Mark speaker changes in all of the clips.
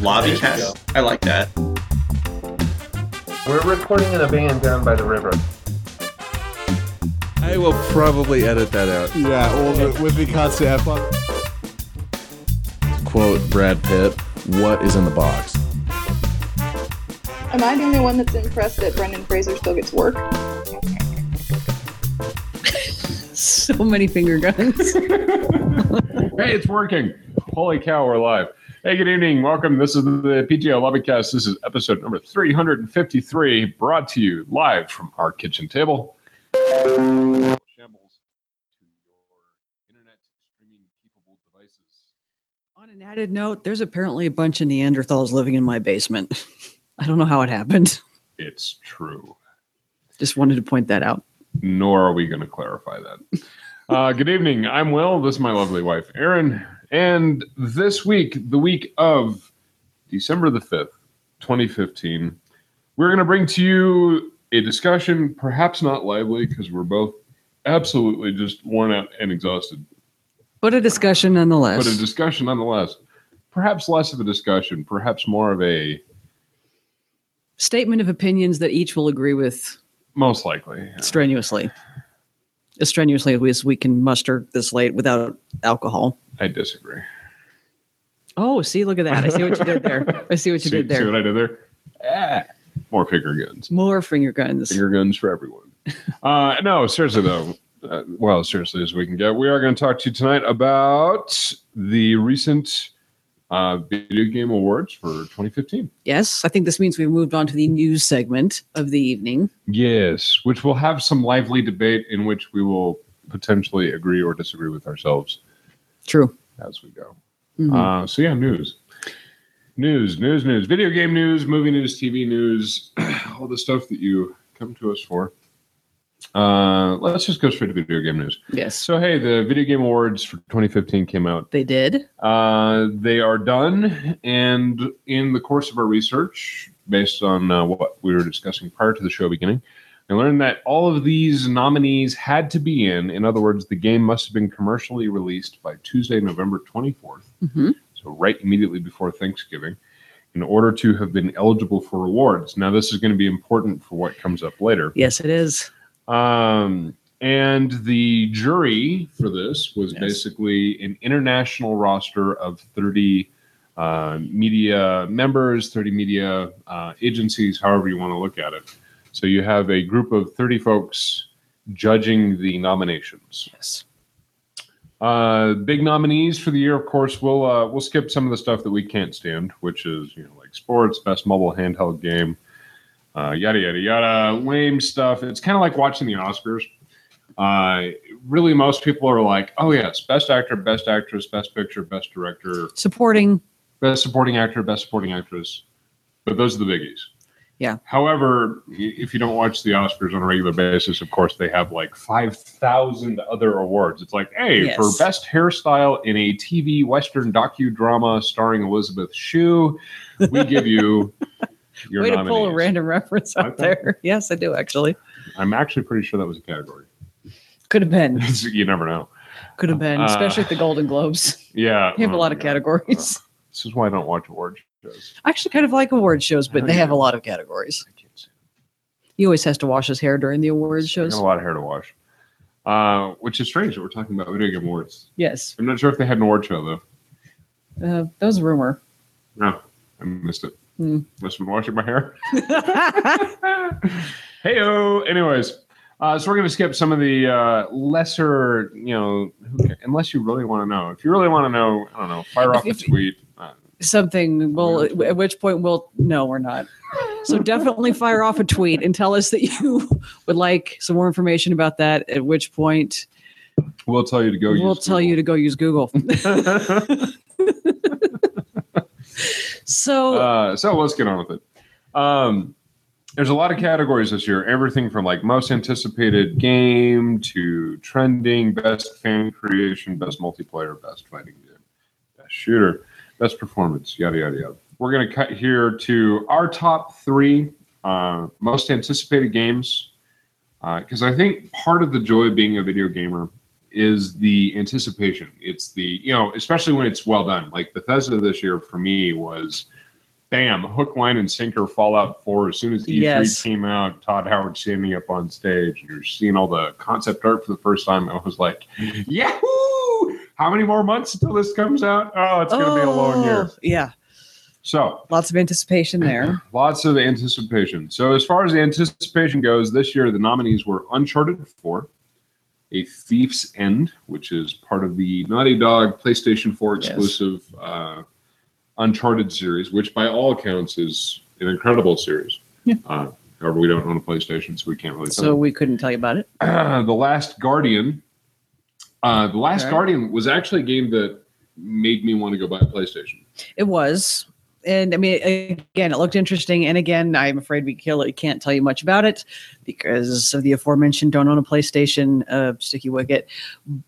Speaker 1: Lobby
Speaker 2: There you
Speaker 1: cast? I like that.
Speaker 3: We're recording in a van down by the river.
Speaker 2: I will probably edit that out.
Speaker 4: Yeah, all the whipping constantly have fun.
Speaker 2: Quote Brad Pitt, what is in the box?
Speaker 5: Am I the only one that's impressed that Brendan Fraser still gets work?
Speaker 6: so many finger guns.
Speaker 7: Hey, it's working. Holy cow, we're live. Hey, good evening. Welcome. This is the PGL Lobbycast. This is episode number 353, brought to you live from our kitchen table. Shambles to your internet streaming capable devices.
Speaker 6: On an added note, there's apparently a bunch of Neanderthals living in my basement. I don't know how it happened.
Speaker 7: It's true.
Speaker 6: Just wanted to point that out.
Speaker 7: Nor are we going to clarify that. Uh, good evening. I'm Will. This is my lovely wife, Erin. And this week, the week of December the 5th, 2015, we're going to bring to you a discussion, perhaps not lively, because we're both absolutely just worn out and exhausted,
Speaker 6: But a discussion nonetheless.
Speaker 7: but a discussion nonetheless. Perhaps less of a discussion, perhaps more of a
Speaker 6: Statement of opinions that each will agree with
Speaker 7: most likely.
Speaker 6: strenuously. As strenuously as we can muster this late without alcohol.
Speaker 7: I disagree.
Speaker 6: Oh, see, look at that. I see what you did there. I see what you
Speaker 7: see,
Speaker 6: did
Speaker 7: see
Speaker 6: there.
Speaker 7: what I did there? Ah, more finger guns.
Speaker 6: More finger guns.
Speaker 7: finger guns for everyone. Uh, no, seriously though. Uh, well, seriously as we can get, we are going to talk to you tonight about the recent uh, video game awards for 2015.
Speaker 6: Yes, I think this means we've moved on to the news segment of the evening.
Speaker 7: Yes, which will have some lively debate in which we will potentially agree or disagree with ourselves
Speaker 6: True.
Speaker 7: as we go.
Speaker 6: Mhm.
Speaker 7: Uh, so yeah, news, news, news, news, video game news, movie news, TV news, all the stuff that you come to us for. Uh, let's just go straight to video game news.
Speaker 6: yes,
Speaker 7: So hey, the video game awards for 2015 came out.
Speaker 6: they did.
Speaker 7: Uh, they are done, and in the course of our research, based on uh, what we were discussing prior to the show beginning, I learned that all of these nominees had to be in. In other words, the game must have been commercially released by Tuesday, November 24th,
Speaker 6: hmm
Speaker 7: so right immediately before Thanksgiving, in order to have been eligible for awards. Now, this is going to be important for what comes up later.
Speaker 6: Yes, it is.
Speaker 7: Um, and the jury for this was
Speaker 6: Yes.
Speaker 7: basically an international roster of 30 uh, media members, 30 media uh, agencies, however you want to look at it. So you have a group of 30 folks judging the nominations.
Speaker 6: Yes.
Speaker 7: Uh, big nominees for the year, of course, we'll uh, we'll skip some of the stuff that we can't stand, which is you know like sports, best mobile handheld game, uh, yada yada yada, lame stuff. It's kind of like watching the Oscars. Uh, really, most people are like, oh yes, best actor, best actress, best picture, best director,
Speaker 6: Supporting.
Speaker 7: best supporting actor, best supporting actress. But those are the biggies.
Speaker 6: Yeah.
Speaker 7: However, i- if you don't watch the Oscars on a regular basis, of course, they have like 5,000 other awards. It's like, hey,
Speaker 6: Yes.
Speaker 7: for best hairstyle in a TV Western docudrama starring Elizabeth Shue, we give you your
Speaker 6: Way to pull a
Speaker 7: nominees.
Speaker 6: random reference out
Speaker 7: Okay.
Speaker 6: there. Yes, I do actually.
Speaker 7: I'm actually pretty sure that was a category.
Speaker 6: Could have been.
Speaker 7: you never know.
Speaker 6: Could have been.
Speaker 7: Uh,
Speaker 6: Especially at the Golden Globes.
Speaker 7: Yeah.
Speaker 6: They have a
Speaker 7: oh
Speaker 6: lot
Speaker 7: my
Speaker 6: of
Speaker 7: God.
Speaker 6: categories.
Speaker 7: This is why I don't watch award shows.
Speaker 6: I actually kind of like award shows, but
Speaker 7: Oh,
Speaker 6: they
Speaker 7: yeah.
Speaker 6: have a lot of categories.
Speaker 7: I can't see.
Speaker 6: He always has to wash his hair during the award
Speaker 7: I got
Speaker 6: shows.
Speaker 7: a lot of hair to wash, uh, which is strange that we're talking about video game awards.
Speaker 6: Yes.
Speaker 7: I'm not sure if they had an award show though.
Speaker 6: Uh, that was a rumor.
Speaker 7: No, I missed it.
Speaker 6: Hmm.
Speaker 7: Must have been washing my hair. Heyo. Anyways, uh, so we're gonna skip some of the uh, lesser, you know, who ca- unless you really want to know. If you really want to know, I don't know. Fire off a
Speaker 6: If-
Speaker 7: tweet. Uh,
Speaker 6: Something. Well, at- at which point we'll. No, we're not. So definitely fire off a tweet and tell us that you would like some more information about that. At which point
Speaker 7: we'll tell you to go.
Speaker 6: we'll
Speaker 7: use
Speaker 6: tell you to go use Google.
Speaker 7: Google.
Speaker 6: So
Speaker 7: uh, so let's get on with it. Um, there's a lot of categories this year. Everything from like most anticipated game to trending, best fan creation, best multiplayer, best fighting game, best shooter, best performance, yada yada yada. We're gonna cut here to our top three uh, most anticipated games because I think part of the joy of being a video gamer is the anticipation. It's the you know, especially when it's well done. Like Bethesda this year for me was bam, hook, line, and sinker Fallout 4. As soon as E3
Speaker 6: Yes.
Speaker 7: came out, Todd Howard standing up on stage, you're seeing all the concept art for the first time. I was like, Yahoo! How many more months until this comes out? Oh, it's going to be a long year.
Speaker 6: Oh, Yeah,
Speaker 7: So,
Speaker 6: lots of anticipation there.
Speaker 7: lots of anticipation. So, as far as the anticipation goes, this year the nominees were Uncharted 4, A Thief's End, which is part of the Naughty Dog PlayStation 4
Speaker 6: Yes.
Speaker 7: exclusive uh, Uncharted series, which by all accounts is an incredible series.
Speaker 6: Yeah.
Speaker 7: Uh, however, we don't own a PlayStation, so we can't really tell
Speaker 6: So we couldn't tell you about it.
Speaker 7: the Last Guardian. Uh, the Last
Speaker 6: Okay.
Speaker 7: Guardian was actually a game that made me want to go buy a PlayStation.
Speaker 6: It was. And I mean, again, it looked interesting. And again, I'm afraid we kill it. Can't tell you much about it because of the aforementioned don't own a PlayStation, uh, sticky wicket.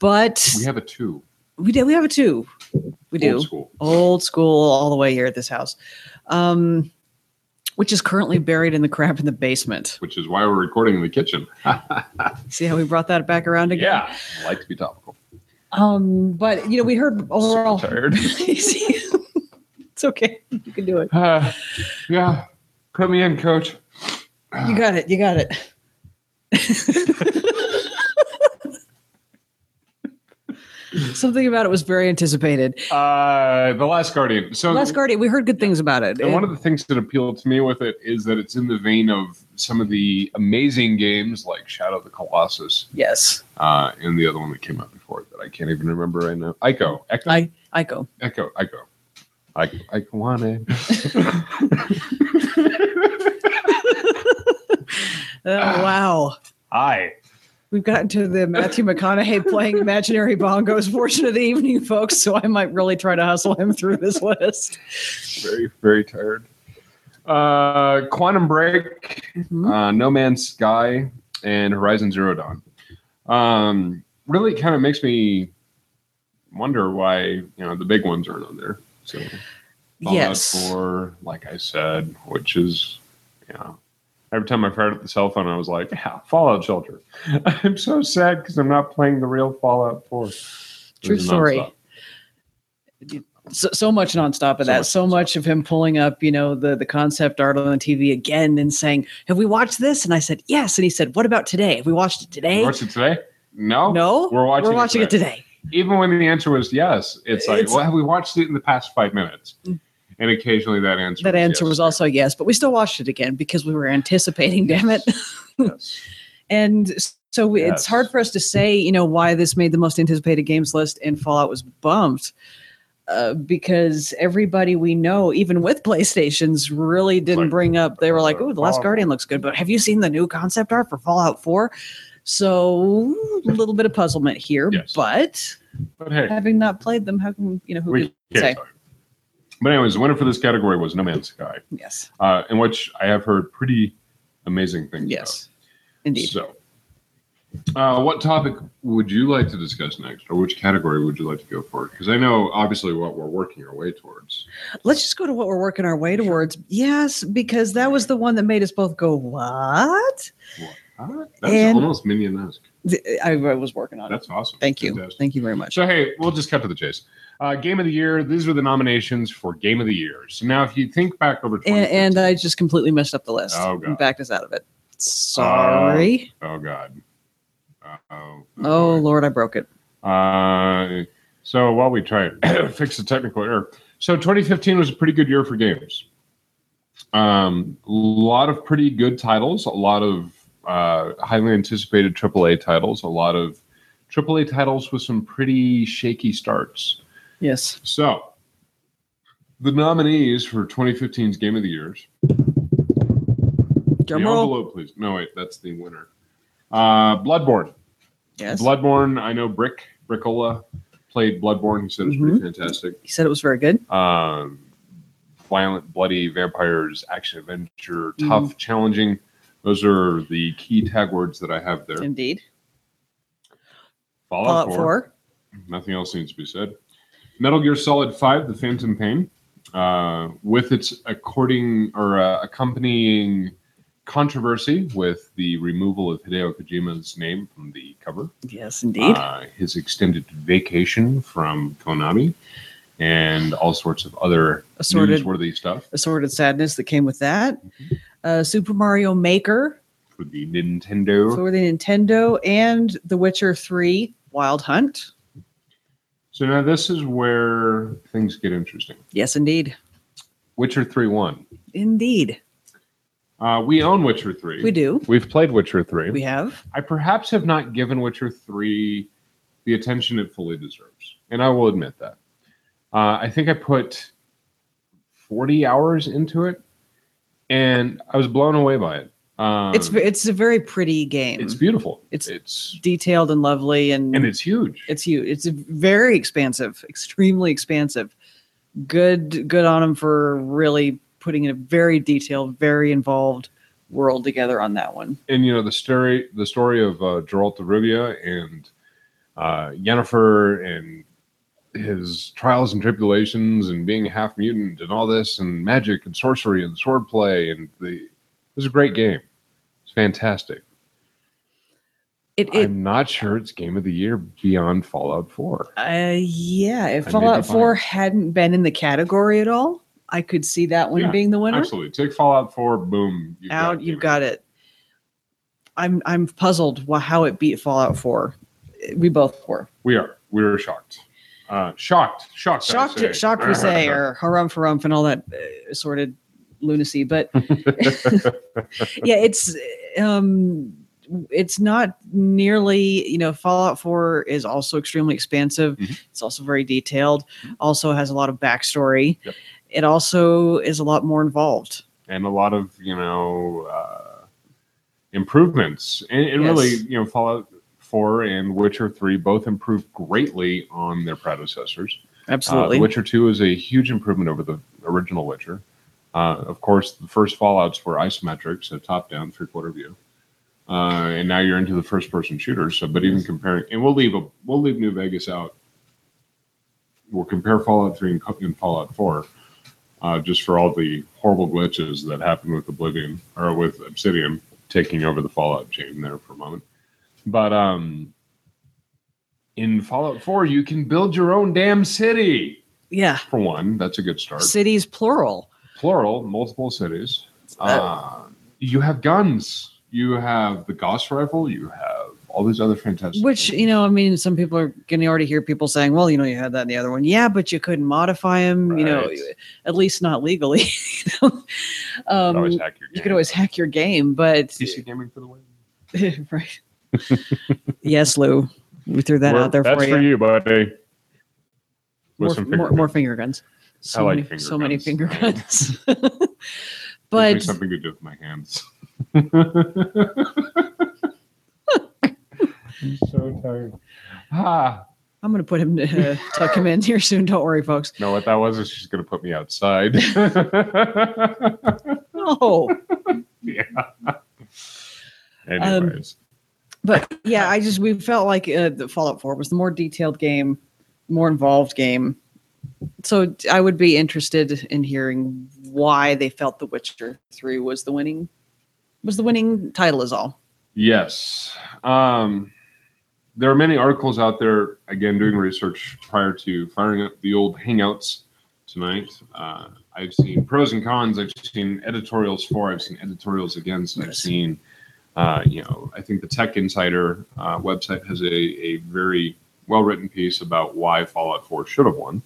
Speaker 6: But
Speaker 7: We have a two.
Speaker 6: we did. We have a two. We do.
Speaker 7: Old school.
Speaker 6: old school all the way here at this house um which is currently buried in the crap in the basement
Speaker 7: Which is why we're recording in the kitchen.
Speaker 6: see how we brought that back around again
Speaker 7: Yeah, I like to be topical.
Speaker 6: um but you know we heard overall
Speaker 7: So tired.
Speaker 6: it's okay you can do it
Speaker 7: Uh, yeah, put me in, coach.
Speaker 6: you got it you got it something about it was very anticipated
Speaker 7: Uh, the Last Guardian. So
Speaker 6: last guardian we heard good things about it
Speaker 7: And one of the things that appealed to me with it is that it's in the vein of some of the amazing games like Shadow of the Colossus
Speaker 6: yes
Speaker 7: uh, and the other one that came out before it that I can't even remember right now. Ico. Echo.
Speaker 6: i i go
Speaker 7: Echo, Echo. I, I want it.
Speaker 6: oh wow
Speaker 7: Hi.
Speaker 6: We've gotten to the Matthew McConaughey playing imaginary bongos portion of the evening, folks. So I might really try to hustle him through this list.
Speaker 7: Very, very tired. Uh, Quantum Break, uh, No Man's Sky, and Horizon Zero Dawn. Um, really kind of makes me wonder why, you know, the big ones aren't on there. So Fallout
Speaker 6: Yes.
Speaker 7: 4, like I said, which is, you know, every time I fired up the cell phone, I was like, yeah, Fallout Shelter. I'm so sad because I'm not playing the real Fallout 4.
Speaker 6: True
Speaker 7: It was
Speaker 6: story.
Speaker 7: nonstop.
Speaker 6: So, so much nonstop of
Speaker 7: So
Speaker 6: that.
Speaker 7: much
Speaker 6: So much of him pulling up, you know, the, the concept art on the TV again and saying, Have we watched this? And I said, Yes. And he said, What about today? Have we watched it today?
Speaker 7: You watched it today? No.
Speaker 6: no.
Speaker 7: We're watching,
Speaker 6: We're watching it, today.
Speaker 7: Even when the answer was yes, it's like,
Speaker 6: It's- Mm.
Speaker 7: well, have we watched it in the past five minutes? And occasionally that answer
Speaker 6: That
Speaker 7: was
Speaker 6: answer
Speaker 7: yes.
Speaker 6: was also a yes, but we still watched it again because we were anticipating, damn it.
Speaker 7: Yes.
Speaker 6: And s- so we- it's
Speaker 7: Yes.
Speaker 6: hard for us to say, you know, why this made the most anticipated games list and Fallout was bumped. Uh, because everybody we know, even with PlayStations, really didn't
Speaker 7: Like,
Speaker 6: bring up. They were like,
Speaker 7: uh,
Speaker 6: "Oh, The Last
Speaker 7: Fallout.
Speaker 6: Guardian looks good," but have you seen the new concept art for Fallout Four? So a little bit of puzzlement here.
Speaker 7: Yes.
Speaker 6: But
Speaker 7: But hey,
Speaker 6: having not played them, how can you know who?
Speaker 7: we
Speaker 6: Can,
Speaker 7: can't
Speaker 6: say?
Speaker 7: tell you. But anyways, the winner for this category was No Man's Sky,
Speaker 6: yes,
Speaker 7: uh, in which I have heard pretty amazing things
Speaker 6: yes, indeed.
Speaker 7: So, uh, what topic would you like to discuss next, or which category would you like to go for? Because I know obviously what we're working our way towards.
Speaker 6: Let's just go to what we're working our way towards. Yes, because that was the one that made us both go, "What?"
Speaker 7: What? That's
Speaker 6: And-
Speaker 7: almost minion-esque.
Speaker 6: Th- I, I was working on it.
Speaker 7: That's awesome.
Speaker 6: Thank you.
Speaker 7: Fantastic.
Speaker 6: Thank you very much.
Speaker 7: So hey, we'll just cut to the chase. Uh, game of the year. These were the nominations for game of the year. So now, if you think back over,
Speaker 6: And,
Speaker 7: 2015
Speaker 6: and I just completely messed up the list
Speaker 7: Oh,
Speaker 6: and
Speaker 7: God.
Speaker 6: backed us out of it. Sorry.
Speaker 7: oh god, oh,
Speaker 6: oh, Lord, I broke it.
Speaker 7: Uh, so while we try and fix the technical error, so 2015 was a pretty good year for games. Um, a lot of pretty good titles, a lot of uh, highly anticipated AAA titles, a lot of AAA titles with some pretty shaky starts.
Speaker 6: Yes.
Speaker 7: So the nominees for 2015's Game of the Years.
Speaker 6: Drum
Speaker 7: the
Speaker 6: roll.
Speaker 7: envelope, please. No, wait, that's the winner. Uh, Bloodborne.
Speaker 6: Yes.
Speaker 7: Bloodborne. I know Brick Brickola played Bloodborne. He said it's
Speaker 6: Mm-hmm.
Speaker 7: pretty fantastic.
Speaker 6: He said it was very good.
Speaker 7: um, violent, bloody vampires, action adventure, tough,
Speaker 6: Mm-hmm.
Speaker 7: challenging. Those are the key tag words that I have there.
Speaker 6: Indeed. Fallout
Speaker 7: Fallout, 4,
Speaker 6: 4.
Speaker 7: Nothing else needs to be said. Metal Gear Solid 5, The Phantom Pain, uh, with its according or uh, accompanying controversy with the removal of Hideo Kojima's name from the cover. Ah.
Speaker 6: Yes, indeed.
Speaker 7: Uh, his extended vacation from Konami and all sorts of other
Speaker 6: Assorted.
Speaker 7: newsworthy stuff
Speaker 6: assorted sadness that came with that.
Speaker 7: Mm-hmm.
Speaker 6: Uh, Super Mario Maker
Speaker 7: for the Nintendo.
Speaker 6: for the Nintendo and The Witcher 3 Wild Hunt.
Speaker 7: so now this is where things get interesting.
Speaker 6: Yes, indeed.
Speaker 7: Witcher 3 1.
Speaker 6: Indeed.
Speaker 7: Uh, we own Witcher 3.
Speaker 6: We do.
Speaker 7: We've played Witcher 3.
Speaker 6: We have.
Speaker 7: I perhaps have not given Witcher 3 the attention it fully deserves. And I will admit that. Uh, I think I put 40 hours into it and I was blown away by it. Um,
Speaker 6: it's it's a very pretty game.
Speaker 7: it's beautiful.
Speaker 6: It's-
Speaker 7: it's
Speaker 6: detailed and lovely and,
Speaker 7: and it's huge.
Speaker 6: it's huge. It's very expansive, extremely expansive. Good good on them for really putting in a very detailed, very involved world together on that one.
Speaker 7: and you know the story the story of uh, Geralt de Rivia and uh, Yennefer and his trials and tribulations and being a half mutant and all this and magic and sorcery and swordplay and the it was a great game. It's fantastic.
Speaker 6: It it
Speaker 7: I'm not sure it's game of the year beyond Fallout 4.
Speaker 6: uh, yeah, if
Speaker 7: I may be
Speaker 6: Fallout 4
Speaker 7: biased.
Speaker 6: hadn't been in the category at all, I could see that one
Speaker 7: Yeah,
Speaker 6: being the winner.
Speaker 7: Absolutely, take Fallout 4, boom, you've
Speaker 6: Out, you've
Speaker 7: Game of the Year.
Speaker 6: got it. I'm I'm puzzled wh- how it beat Fallout 4. We both were.
Speaker 7: We are we are shocked, uh, shocked, shocked, I
Speaker 6: shocked,
Speaker 7: say.
Speaker 6: shocked we say, or harumph harumph and all that uh, assorted lunacy. But yeah, it's um, it's not nearly you know Fallout Four is also extremely expansive.
Speaker 7: Mhm.
Speaker 6: It's also very detailed. Also has a lot of backstory.
Speaker 7: Yep.
Speaker 6: It also is a lot more involved.
Speaker 7: and a lot of you know uh, improvements. And, and
Speaker 6: Yes.
Speaker 7: really, you know, Fallout Four and Witcher Three both improved greatly on their predecessors. Uh,
Speaker 6: Absolutely.
Speaker 7: the Witcher Two is a huge improvement over the original Witcher. Uh, of course, the first Fallout's were isometric, so top-down, three-quarter view. Uh, and now you're into the first-person shooter. So, but even comparing, and we'll leave a, we'll leave New Vegas out. We'll compare Fallout Three and, co- and Fallout Four, uh, just for all the horrible glitches that happened with Oblivion or with Obsidian taking over the Fallout chain there for a moment. But um, in Fallout Four, you can build your own damn city
Speaker 6: yeah,
Speaker 7: for one. That's a good start.
Speaker 6: cities plural.
Speaker 7: Plural, multiple cities. Uh, you have guns. You have the Gauss rifle. You have all these other fantastic.
Speaker 6: Which
Speaker 7: things.
Speaker 6: you know, I mean, some people are going to already hear people saying, "Well, you know, you had that in the other one, yeah, but you couldn't modify them, you know,
Speaker 7: Right.
Speaker 6: at least not legally." you know?
Speaker 7: You could
Speaker 6: um,
Speaker 7: always hack your
Speaker 6: you
Speaker 7: game.
Speaker 6: could always hack your game, but
Speaker 7: PC gaming for the win.
Speaker 6: right. yes, Lou, we threw that
Speaker 7: We're-
Speaker 6: out there for you.
Speaker 7: buddy.
Speaker 6: More,
Speaker 7: With some
Speaker 6: more-
Speaker 7: finger
Speaker 6: more
Speaker 7: guns.
Speaker 6: finger guns. So
Speaker 7: like
Speaker 6: many,
Speaker 7: finger
Speaker 6: so many
Speaker 7: guns.
Speaker 6: finger guns.
Speaker 7: Gives me
Speaker 6: but
Speaker 7: something to do with my hands. I'm so tired. Ah,
Speaker 6: I'm going to put him, uh, tuck him in here soon. Don't worry, folks.
Speaker 7: no, what that was is she's going to put me outside.
Speaker 6: Um, No.
Speaker 7: Anyways.
Speaker 6: but yeah, I just we felt like uh, the Fallout Four was the more detailed game, more involved game. So I would be interested in hearing why they felt The Witcher Three was the winning was the winning title is all.
Speaker 7: Yes. Um, there are many articles out there, again, doing research prior to firing up the old Hangouts tonight. Uh, I've seen pros and cons. I've seen editorials for, I've seen editorials against. I've
Speaker 6: Yes.
Speaker 7: seen, uh, you know, I think the Tech Insider uh, website has a, a very well written piece about why Fallout 4 should have won.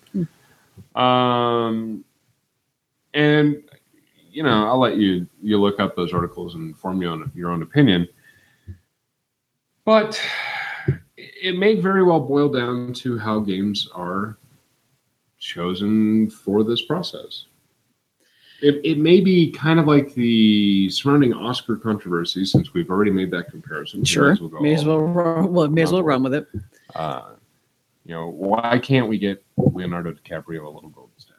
Speaker 7: Um, and you know, I'll let you you look up those articles and form your own your own opinion. But it may very well boil down to how games are chosen for this process. It, it may be kind of like the surrounding Oscar controversy, since we've already made that comparison. We
Speaker 6: Sure,
Speaker 7: go
Speaker 6: may as well
Speaker 7: all-
Speaker 6: run, well may as well
Speaker 7: Not-
Speaker 6: run with it.
Speaker 7: uh, you know, why can't we get Leonardo DiCaprio a little golden statue?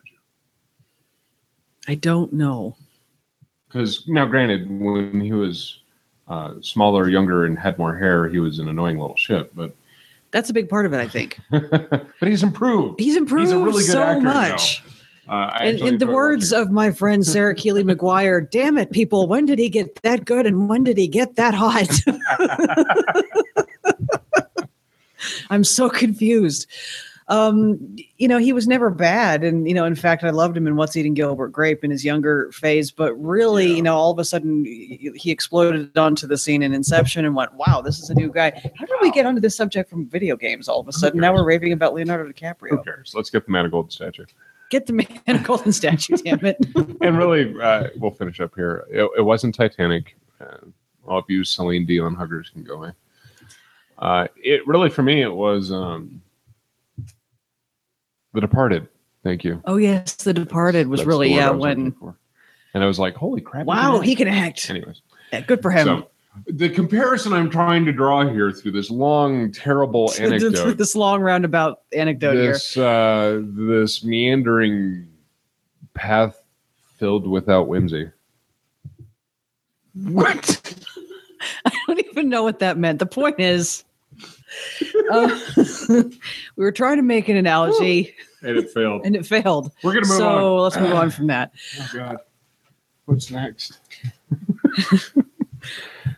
Speaker 6: I don't know.
Speaker 7: Because now, granted, when he was uh, smaller, younger, and had more hair, he was an annoying little shit. But
Speaker 6: That's a big part of it, I think.
Speaker 7: but he's improved.
Speaker 6: He's improved
Speaker 7: really good
Speaker 6: so
Speaker 7: actor now.
Speaker 6: much.
Speaker 7: Uh, I
Speaker 6: And
Speaker 7: actually
Speaker 6: in the
Speaker 7: enjoy
Speaker 6: words
Speaker 7: watching-
Speaker 6: of my friend Sarah Keeley McGuire, damn it, people, when did he get that good and when did he get that hot? I'm so confused. um, you know, he was never bad. And, you know, in fact, I loved him in What's Eating Gilbert Grape in his younger phase. But really, you know, all of a sudden he he exploded onto the scene in Inception and went, wow, this is a new guy. How did we get onto this subject from video games all of a sudden? Now we're raving about Leonardo
Speaker 7: Who
Speaker 6: DiCaprio.
Speaker 7: cares? Let's get the man of gold statue.
Speaker 6: Get the man a golden statue, damn it.
Speaker 7: And really, uh, we'll finish up here. It, it wasn't Titanic. Uh, I'll abuse Celine Dion huggers can go away. Uh, it really, for me, it was um, The Departed. Thank you.
Speaker 6: Oh, yes. The Departed was
Speaker 7: That's
Speaker 6: really,
Speaker 7: the word I
Speaker 6: yeah,
Speaker 7: was
Speaker 6: when,
Speaker 7: looking for. And I was like, holy crap.
Speaker 6: wow, he
Speaker 7: did
Speaker 6: can
Speaker 7: that.
Speaker 6: act.
Speaker 7: Anyways,
Speaker 6: Yeah, good for him.
Speaker 7: so the comparison I'm trying to draw here through this long, terrible anecdote,
Speaker 6: this long roundabout anecdote here.
Speaker 7: this, uh, this meandering path filled without whimsy. What?
Speaker 6: I don't even know what that meant. The point is, uh, we were trying to make an analogy
Speaker 7: And it failed.
Speaker 6: and it failed.
Speaker 7: We're going to move on.
Speaker 6: So let's move on from that.
Speaker 7: Oh, God. What's next?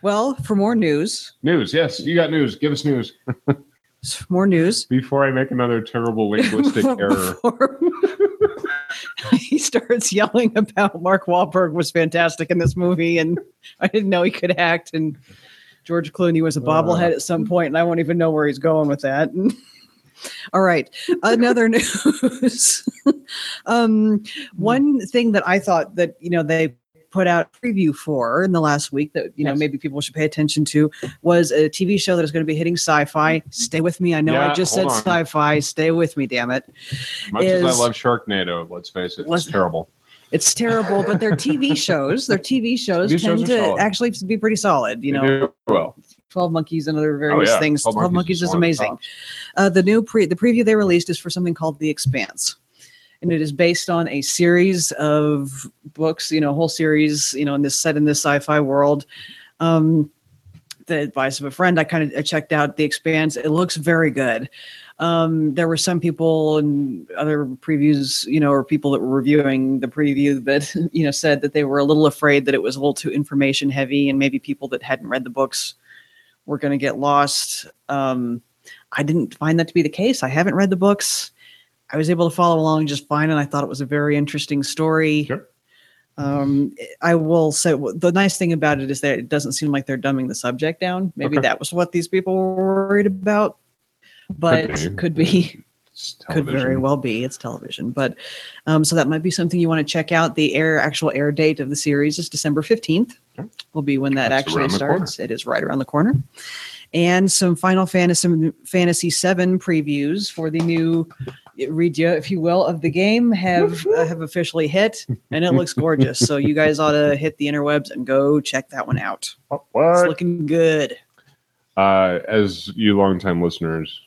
Speaker 6: Well, for more news,
Speaker 7: News. Yes, you got news. Give us news
Speaker 6: more news.
Speaker 7: before I make another terrible linguistic error.
Speaker 6: Before- he starts yelling about Mark Wahlberg was fantastic in this movie, and I didn't know he could act. And George Clooney was a
Speaker 7: Uh.
Speaker 6: bobblehead at some point, and I won't even know where he's going with that. All right, another news.
Speaker 7: Hmm.
Speaker 6: um, one thing that I thought that you know they put out preview for in the last week that you know
Speaker 7: Yes.
Speaker 6: maybe people should pay attention to was a TV show that is going to be hitting sci-fi. Stay with me. I know
Speaker 7: Yeah,
Speaker 6: I just said
Speaker 7: hold on.
Speaker 6: sci-fi. Stay with me, damn it.
Speaker 7: Much as I
Speaker 6: Is-
Speaker 7: love Sharknado, let's face it, it's
Speaker 6: Listen-
Speaker 7: terrible.
Speaker 6: It's terrible, but their TV shows, their TV shows
Speaker 7: TV shows
Speaker 6: tend
Speaker 7: are
Speaker 6: to
Speaker 7: solid.
Speaker 6: actually be pretty solid. You
Speaker 7: They
Speaker 6: know,
Speaker 7: do well. Oh,
Speaker 6: 12 Monkeys and other various
Speaker 7: yeah.
Speaker 6: things. 12 Monkeys, is
Speaker 7: one of the
Speaker 6: amazing.
Speaker 7: tops.
Speaker 6: Uh, the new pre, the preview they released is for something called The Expanse. And it is based on a series of books, you know, whole series, you know, in this set in this sci-fi world. Um, the advice of a friend, I kind of I checked out The Expanse. It looks very good. Um, there were some people and other previews, you know, or people that were reviewing the preview that, you know, said that they were a little afraid that it was a little too information heavy and maybe people that hadn't read the books were going to get lost. Um, I didn't find that to be the case. I haven't read the books. I was able to follow along just fine, and I thought it was a very interesting story.
Speaker 7: Sure.
Speaker 6: Um, I will say w- the nice thing about it is that it doesn't seem like they're dumbing the subject down. Maybe
Speaker 7: Okay.
Speaker 6: that was what these people were worried about, but
Speaker 7: be.
Speaker 6: could be
Speaker 7: It's
Speaker 6: could very
Speaker 7: television.
Speaker 6: well be it's television but um, so that might be something you want to check out the air actual air date of the series is december 15th
Speaker 7: Okay.
Speaker 6: will be when that
Speaker 7: That's
Speaker 6: actually
Speaker 7: around the
Speaker 6: starts it is right around the corner and some final fantasy fantasy 7 previews for the new redo if you will of the game have uh, have officially hit and it looks gorgeous so you guys ought to hit the interwebs and go check that one out
Speaker 7: What?
Speaker 6: it's looking good
Speaker 7: uh, as you longtime listeners,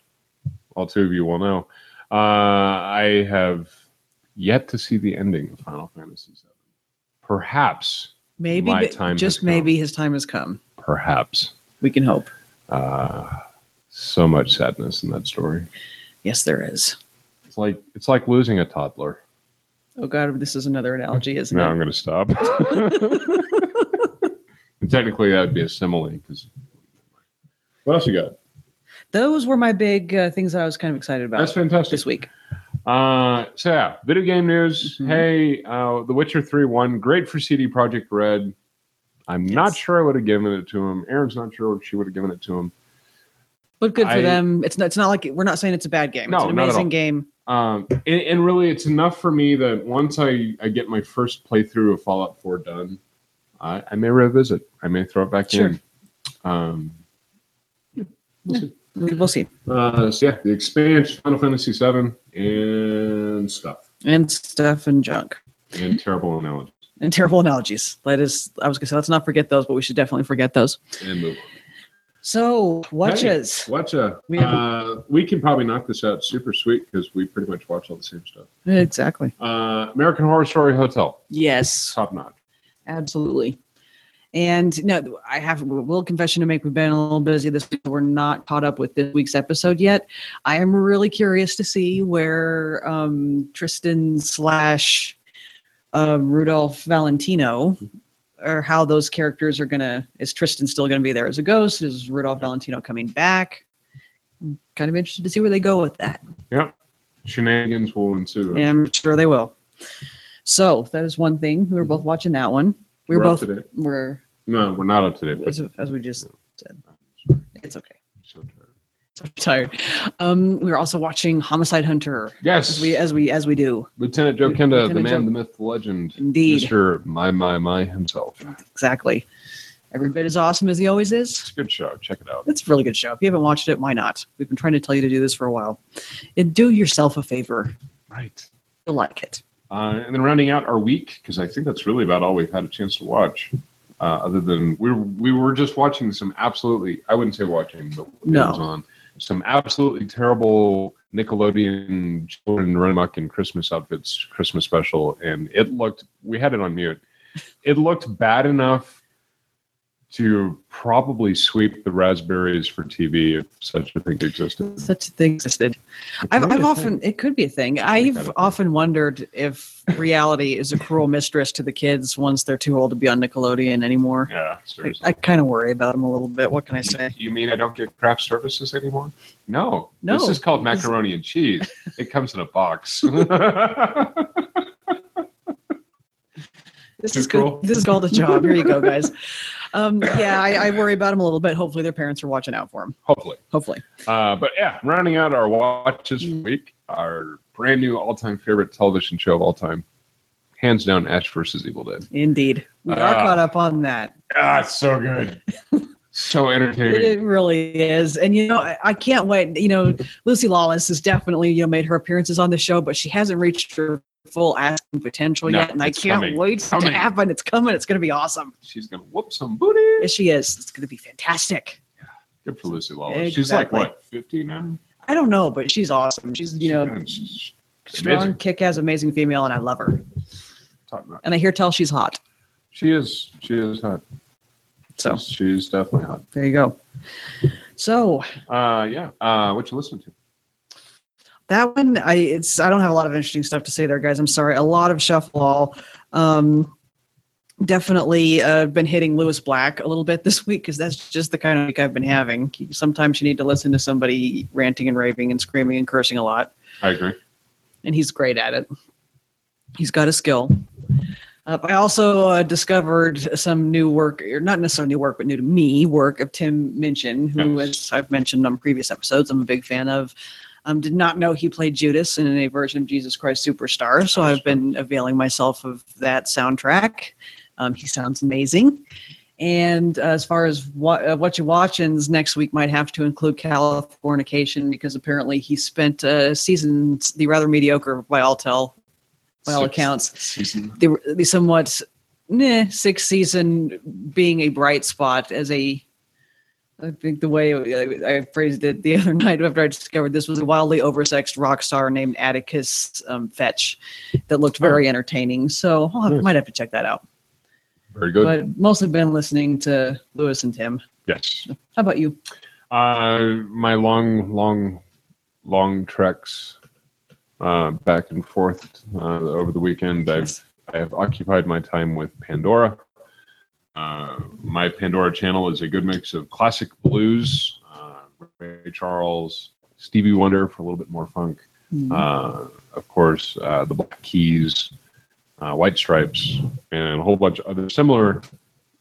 Speaker 7: all two of you will know, uh, I have yet to see the ending of Final Fantasy VII. Perhaps,
Speaker 6: maybe
Speaker 7: My
Speaker 6: but
Speaker 7: time has
Speaker 6: just
Speaker 7: come.
Speaker 6: maybe his time has come
Speaker 7: perhaps,
Speaker 6: we can hope
Speaker 7: uh, so much sadness in that story.
Speaker 6: yes there is
Speaker 7: It's like it's like losing a toddler.
Speaker 6: Oh God, this is another analogy, isn't
Speaker 7: Now I'm
Speaker 6: it?
Speaker 7: going to stop. Technically, that would be a simile. Because what else you got?
Speaker 6: Those were my big uh, things that I was kind of excited about
Speaker 7: That's fantastic.
Speaker 6: this week.
Speaker 7: Uh, so yeah, video game news.
Speaker 6: Mhm.
Speaker 7: Hey, uh, The Witcher Three won. Great for CD Project Red. I'm not
Speaker 6: Yes.
Speaker 7: sure I would have given it to him. Erin's not sure if she would have given it to him.
Speaker 6: But good for
Speaker 7: I-
Speaker 6: them. It's not. It's not like we're not saying it's a bad game. it's
Speaker 7: No,
Speaker 6: an
Speaker 7: not at all.
Speaker 6: amazing game.
Speaker 7: Um, and, and really, it's enough for me that once I, I get my first playthrough of Fallout 4 done, I, I may revisit. I may throw it back
Speaker 6: Sure.
Speaker 7: in. Um,
Speaker 6: We- We'll see.
Speaker 7: uh, so yeah, the expanse, Final Fantasy VII, and stuff,
Speaker 6: And stuff and junk
Speaker 7: and terrible analogies,
Speaker 6: and terrible analogies. That is, I was gonna say, let's not forget those, but we should definitely forget those.
Speaker 7: and move on.
Speaker 6: So watches.
Speaker 7: Hey, watcha.
Speaker 6: We have-
Speaker 7: Uh, we can probably knock this out super sweet because we pretty much watch all the same stuff.
Speaker 6: Exactly.
Speaker 7: Uh, American Horror Story Hotel,
Speaker 6: Yes.
Speaker 7: top notch.
Speaker 6: Absolutely. And no, I have a little confession to make. We've been a little busy this week. We're not caught up with this week's episode yet. I am really curious to see where um, Tristan slash uh, Rudolph Valentino or how those characters are going to, is Tristan still going to be there as a ghost? Is Rudolph Valentino coming back? Kind of interested to see where they go with that.
Speaker 7: shenanigans will ensue.
Speaker 6: Yeah, I'm sure they will. So that is one thing. We were both watching that one. We were
Speaker 7: We're up
Speaker 6: both
Speaker 7: to date.
Speaker 6: we're
Speaker 7: No, we're not up to date. But
Speaker 6: as, as we just said. It's okay.
Speaker 7: so tired.
Speaker 6: I'm tired. Um, we were also watching Homicide Hunter
Speaker 7: yes,
Speaker 6: as we as we as we do.
Speaker 7: Lieutenant Joe Kenda, the
Speaker 6: Lieutenant
Speaker 7: man,
Speaker 6: Joe-
Speaker 7: the myth, the legend,
Speaker 6: Indeed.
Speaker 7: Mister My My My himself.
Speaker 6: Exactly. Every bit as awesome as he always is.
Speaker 7: It's a good show. Check it out.
Speaker 6: It's a really good show. If you haven't watched it, why not? We've been trying to tell you to do this for a while. And do yourself a favor.
Speaker 7: Right.
Speaker 6: You'll like it.
Speaker 7: Uh, and then rounding out our week because I think that's really about all we've had a chance to watch. Uh, other than we we were just watching some absolutely I wouldn't say watching but it
Speaker 6: No.
Speaker 7: was on some absolutely terrible Nickelodeon children run amok in Christmas outfits Christmas special and it looked we had it on mute it looked bad enough to probably sweep the raspberries for TV if such a thing existed.
Speaker 6: Such a thing existed. I've,
Speaker 7: might
Speaker 6: I've
Speaker 7: be a
Speaker 6: often, it could be a thing.
Speaker 7: kind of
Speaker 6: I've
Speaker 7: thing.
Speaker 6: often wondered if reality is a cruel mistress to the kids once they're too old to be on Nickelodeon anymore. I,
Speaker 7: Yeah, seriously.
Speaker 6: I kind of worry about them a little bit. What can I say?
Speaker 7: You mean I don't get craft services anymore? No.
Speaker 6: No.
Speaker 7: This is called
Speaker 6: This-
Speaker 7: macaroni and cheese. It comes in a box.
Speaker 6: This
Speaker 7: Too
Speaker 6: is good.
Speaker 7: cruel.
Speaker 6: This is called a job. Here you go, guys. Um, yeah, I, I worry about them a little bit. Hopefully, their parents are watching out for them.
Speaker 7: Hopefully.
Speaker 6: Hopefully.
Speaker 7: Uh, but yeah, rounding out our watches for the week, our brand new all time favorite television show of all time. Hands down, Ash versus Evil Dead.
Speaker 6: Indeed. We are
Speaker 7: Ah.
Speaker 6: caught up on that.
Speaker 7: Ah, it's so good. so
Speaker 6: It,
Speaker 7: entertaining.
Speaker 6: it really is. And, you know, I, I can't wait. You know, Lucy Lawless has definitely, you know, made her appearances on the show, but she hasn't reached her full asking potential
Speaker 7: No,
Speaker 6: yet. And I
Speaker 7: it's
Speaker 6: can't
Speaker 7: coming.
Speaker 6: wait
Speaker 7: It's coming.
Speaker 6: to happen. It's coming. It's going to be awesome.
Speaker 7: She's going to whoop some booty.
Speaker 6: Yes, she is. It's going to be fantastic.
Speaker 7: Good for Lucy Lawless. She's like,
Speaker 6: Exactly.
Speaker 7: what, 50 now?
Speaker 6: I don't know, but she's awesome. She's, you know,
Speaker 7: She's
Speaker 6: strong,
Speaker 7: amazing.
Speaker 6: kick ass, amazing female, and I love her.
Speaker 7: top notch.
Speaker 6: And I hear tell she's hot.
Speaker 7: She is. She is hot.
Speaker 6: So
Speaker 7: She's definitely hot.
Speaker 6: there you go. So
Speaker 7: Uh, yeah. Uh, what you listen to?
Speaker 6: that one i it's i don't have a lot of interesting stuff to say there guys i'm sorry a lot of shuffle all um definitely uh, been hitting lewis black a little bit this week because that's just the kind of week i've been having sometimes you need to listen to somebody ranting and raving and screaming and cursing a lot
Speaker 7: I agree.
Speaker 6: and he's great at it he's got a skill uh, i also uh, discovered some new work or not necessarily new work but new to me work of tim minchin who
Speaker 7: Yes.
Speaker 6: as i've mentioned on previous episodes i'm a big fan of um, did not know he played Judas in a version of Jesus Christ Superstar, so I've been availing myself of that soundtrack. Um, he sounds amazing. And uh, as far as what uh, what you watchins next week might have to include Californication because apparently he spent uh, seasons the rather mediocre by all tell by all
Speaker 7: Six
Speaker 6: accounts
Speaker 7: season.
Speaker 6: the, the somewhat nah, sixth season being a bright spot as a I think the way uh, I, I phrased it the other night after I discovered this was a wildly oversexed rock star named Atticus um, Fetch that looked
Speaker 7: Oh.
Speaker 6: very entertaining. So I'll have,
Speaker 7: Nice.
Speaker 6: might have to check that out.
Speaker 7: Very good.
Speaker 6: But mostly been listening to Lewis and Tim.
Speaker 7: yes.
Speaker 6: How about you?
Speaker 7: Uh, my long, long, long treks uh, back and forth uh, over the weekend. I've I have occupied my time with Pandora. Uh, my Pandora channel is a good mix of classic blues, uh, Ray Charles, Stevie Wonder for a little bit more funk.
Speaker 6: Hmm.
Speaker 7: uh, of course, uh, the Black Keys, uh, White Stripes, and a whole bunch of other similar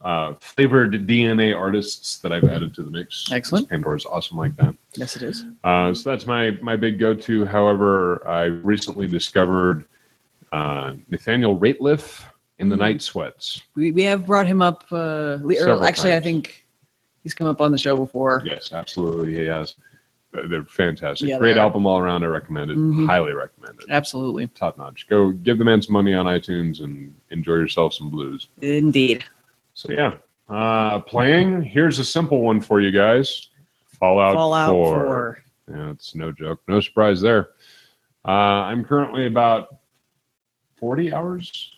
Speaker 7: uh, flavored DNA artists that I've added to the mix.
Speaker 6: Excellent.
Speaker 7: Pandora's awesome like that.
Speaker 6: yes, it is.
Speaker 7: Uh, so that's my my big go to. However, I recently discovered uh, Nathaniel Rateliff in
Speaker 6: Mm-hmm.
Speaker 7: the Night Sweats.
Speaker 6: We, we have brought him up. Uh, le- or
Speaker 7: Several
Speaker 6: actually, I
Speaker 7: times.
Speaker 6: think he's come up on the show before.
Speaker 7: Yes, absolutely, he has. They're they're fantastic.
Speaker 6: Yeah, they
Speaker 7: Great
Speaker 6: are.
Speaker 7: album all around. I recommend it.
Speaker 6: Mhm.
Speaker 7: Highly recommend it.
Speaker 6: Absolutely.
Speaker 7: Top notch. Go give the man some money on iTunes and enjoy yourself some blues.
Speaker 6: Indeed.
Speaker 7: So yeah, uh, playing. Here's a simple one for you guys. Fallout,
Speaker 6: Fallout
Speaker 7: 4.
Speaker 6: 4.
Speaker 7: Yeah, it's no joke. No surprise there. Uh, I'm currently about 40 hours.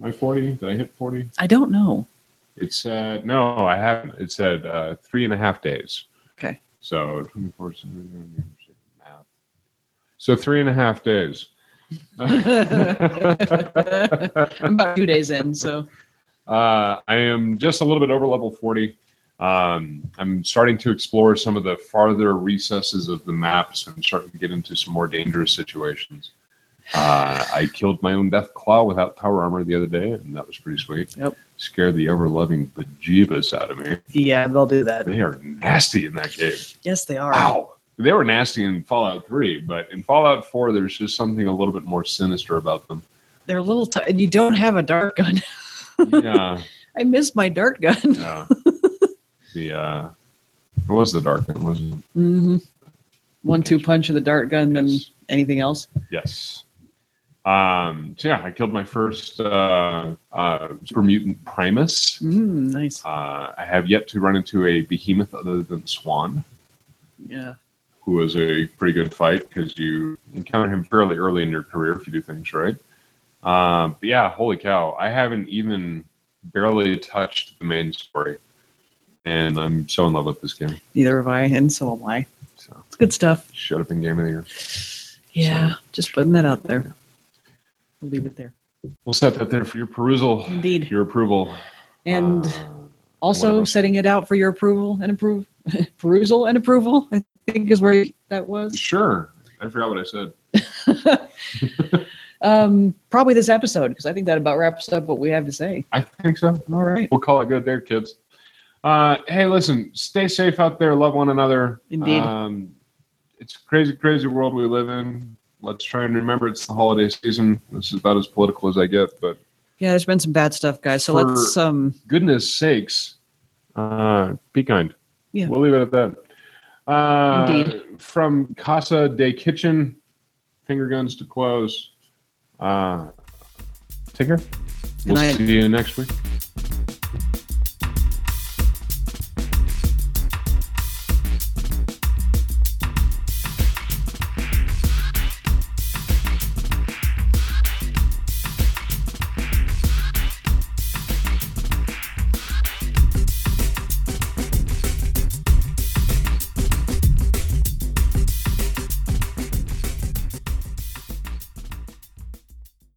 Speaker 7: Am I 40? Did I hit 40?
Speaker 6: I don't know.
Speaker 7: It's uh, no, I haven't. It said uh, three and a half days.
Speaker 6: Okay.
Speaker 7: So 24, math. So three and a half days.
Speaker 6: I'm about two days in, so
Speaker 7: Uh, I am just a little bit over level 40. Um, I'm starting to explore some of the farther recesses of the maps and starting to get into some more dangerous situations. Uh, I killed my own death claw without power armor the other day, and that was pretty sweet.
Speaker 6: Yep.
Speaker 7: Scared the overloving bejeebus out of me.
Speaker 6: Yeah, they'll do that.
Speaker 7: They are nasty in that game.
Speaker 6: Yes, they are.
Speaker 7: Wow. They were nasty in Fallout 3, but in Fallout 4, there's just something a little bit more sinister about them.
Speaker 6: They're a little. T- and you don't have a dart gun.
Speaker 7: Yeah.
Speaker 6: I missed my dart gun.
Speaker 7: yeah. The, uh, what was the dark one? Was it?
Speaker 6: hmm One two punch of the dart gun than
Speaker 7: Yes.
Speaker 6: anything else.
Speaker 7: Yes. Um, so yeah, I killed my first uh, uh, super mutant Primus.
Speaker 6: Mm, nice.
Speaker 7: Uh, I have yet to run into a behemoth other than Swan,
Speaker 6: Yeah.
Speaker 7: who was a pretty good fight because you encounter him fairly early in your career if you do things right. Um, but yeah, holy cow! I haven't even barely touched the main story, and I'm so in love with this game.
Speaker 6: Neither have I, and so am I.
Speaker 7: So
Speaker 6: It's good stuff.
Speaker 7: shut up in game of the year.
Speaker 6: Yeah. Just putting that out there. We'll leave it there.
Speaker 7: We'll set that there for your perusal,
Speaker 6: Indeed.
Speaker 7: your approval,
Speaker 6: And
Speaker 7: Uh,
Speaker 6: also
Speaker 7: whatever.
Speaker 6: setting it out for your approval and approve perusal and approval. I think is where that was.
Speaker 7: Sure. I forgot what I said.
Speaker 6: um, probably this episode because I think that about wraps up what we have to say.
Speaker 7: I think so.
Speaker 6: All right.
Speaker 7: We'll call it good there, kids. Uh, hey, listen, stay safe out there. Love one another.
Speaker 6: Indeed.
Speaker 7: Um, it's a crazy, crazy world we live in. Let's try and remember it's the holiday season. This is about as political as I get, but
Speaker 6: Yeah, there's been some bad stuff, guys. So
Speaker 7: For-
Speaker 6: let's um
Speaker 7: goodness sakes, uh, be kind.
Speaker 6: Yeah.
Speaker 7: We'll leave it at that. Uh,
Speaker 6: Indeed.
Speaker 7: From Casa de Kitchen, finger guns to close. Uh, take care.
Speaker 6: Good
Speaker 7: We'll
Speaker 6: night.
Speaker 7: see you next week.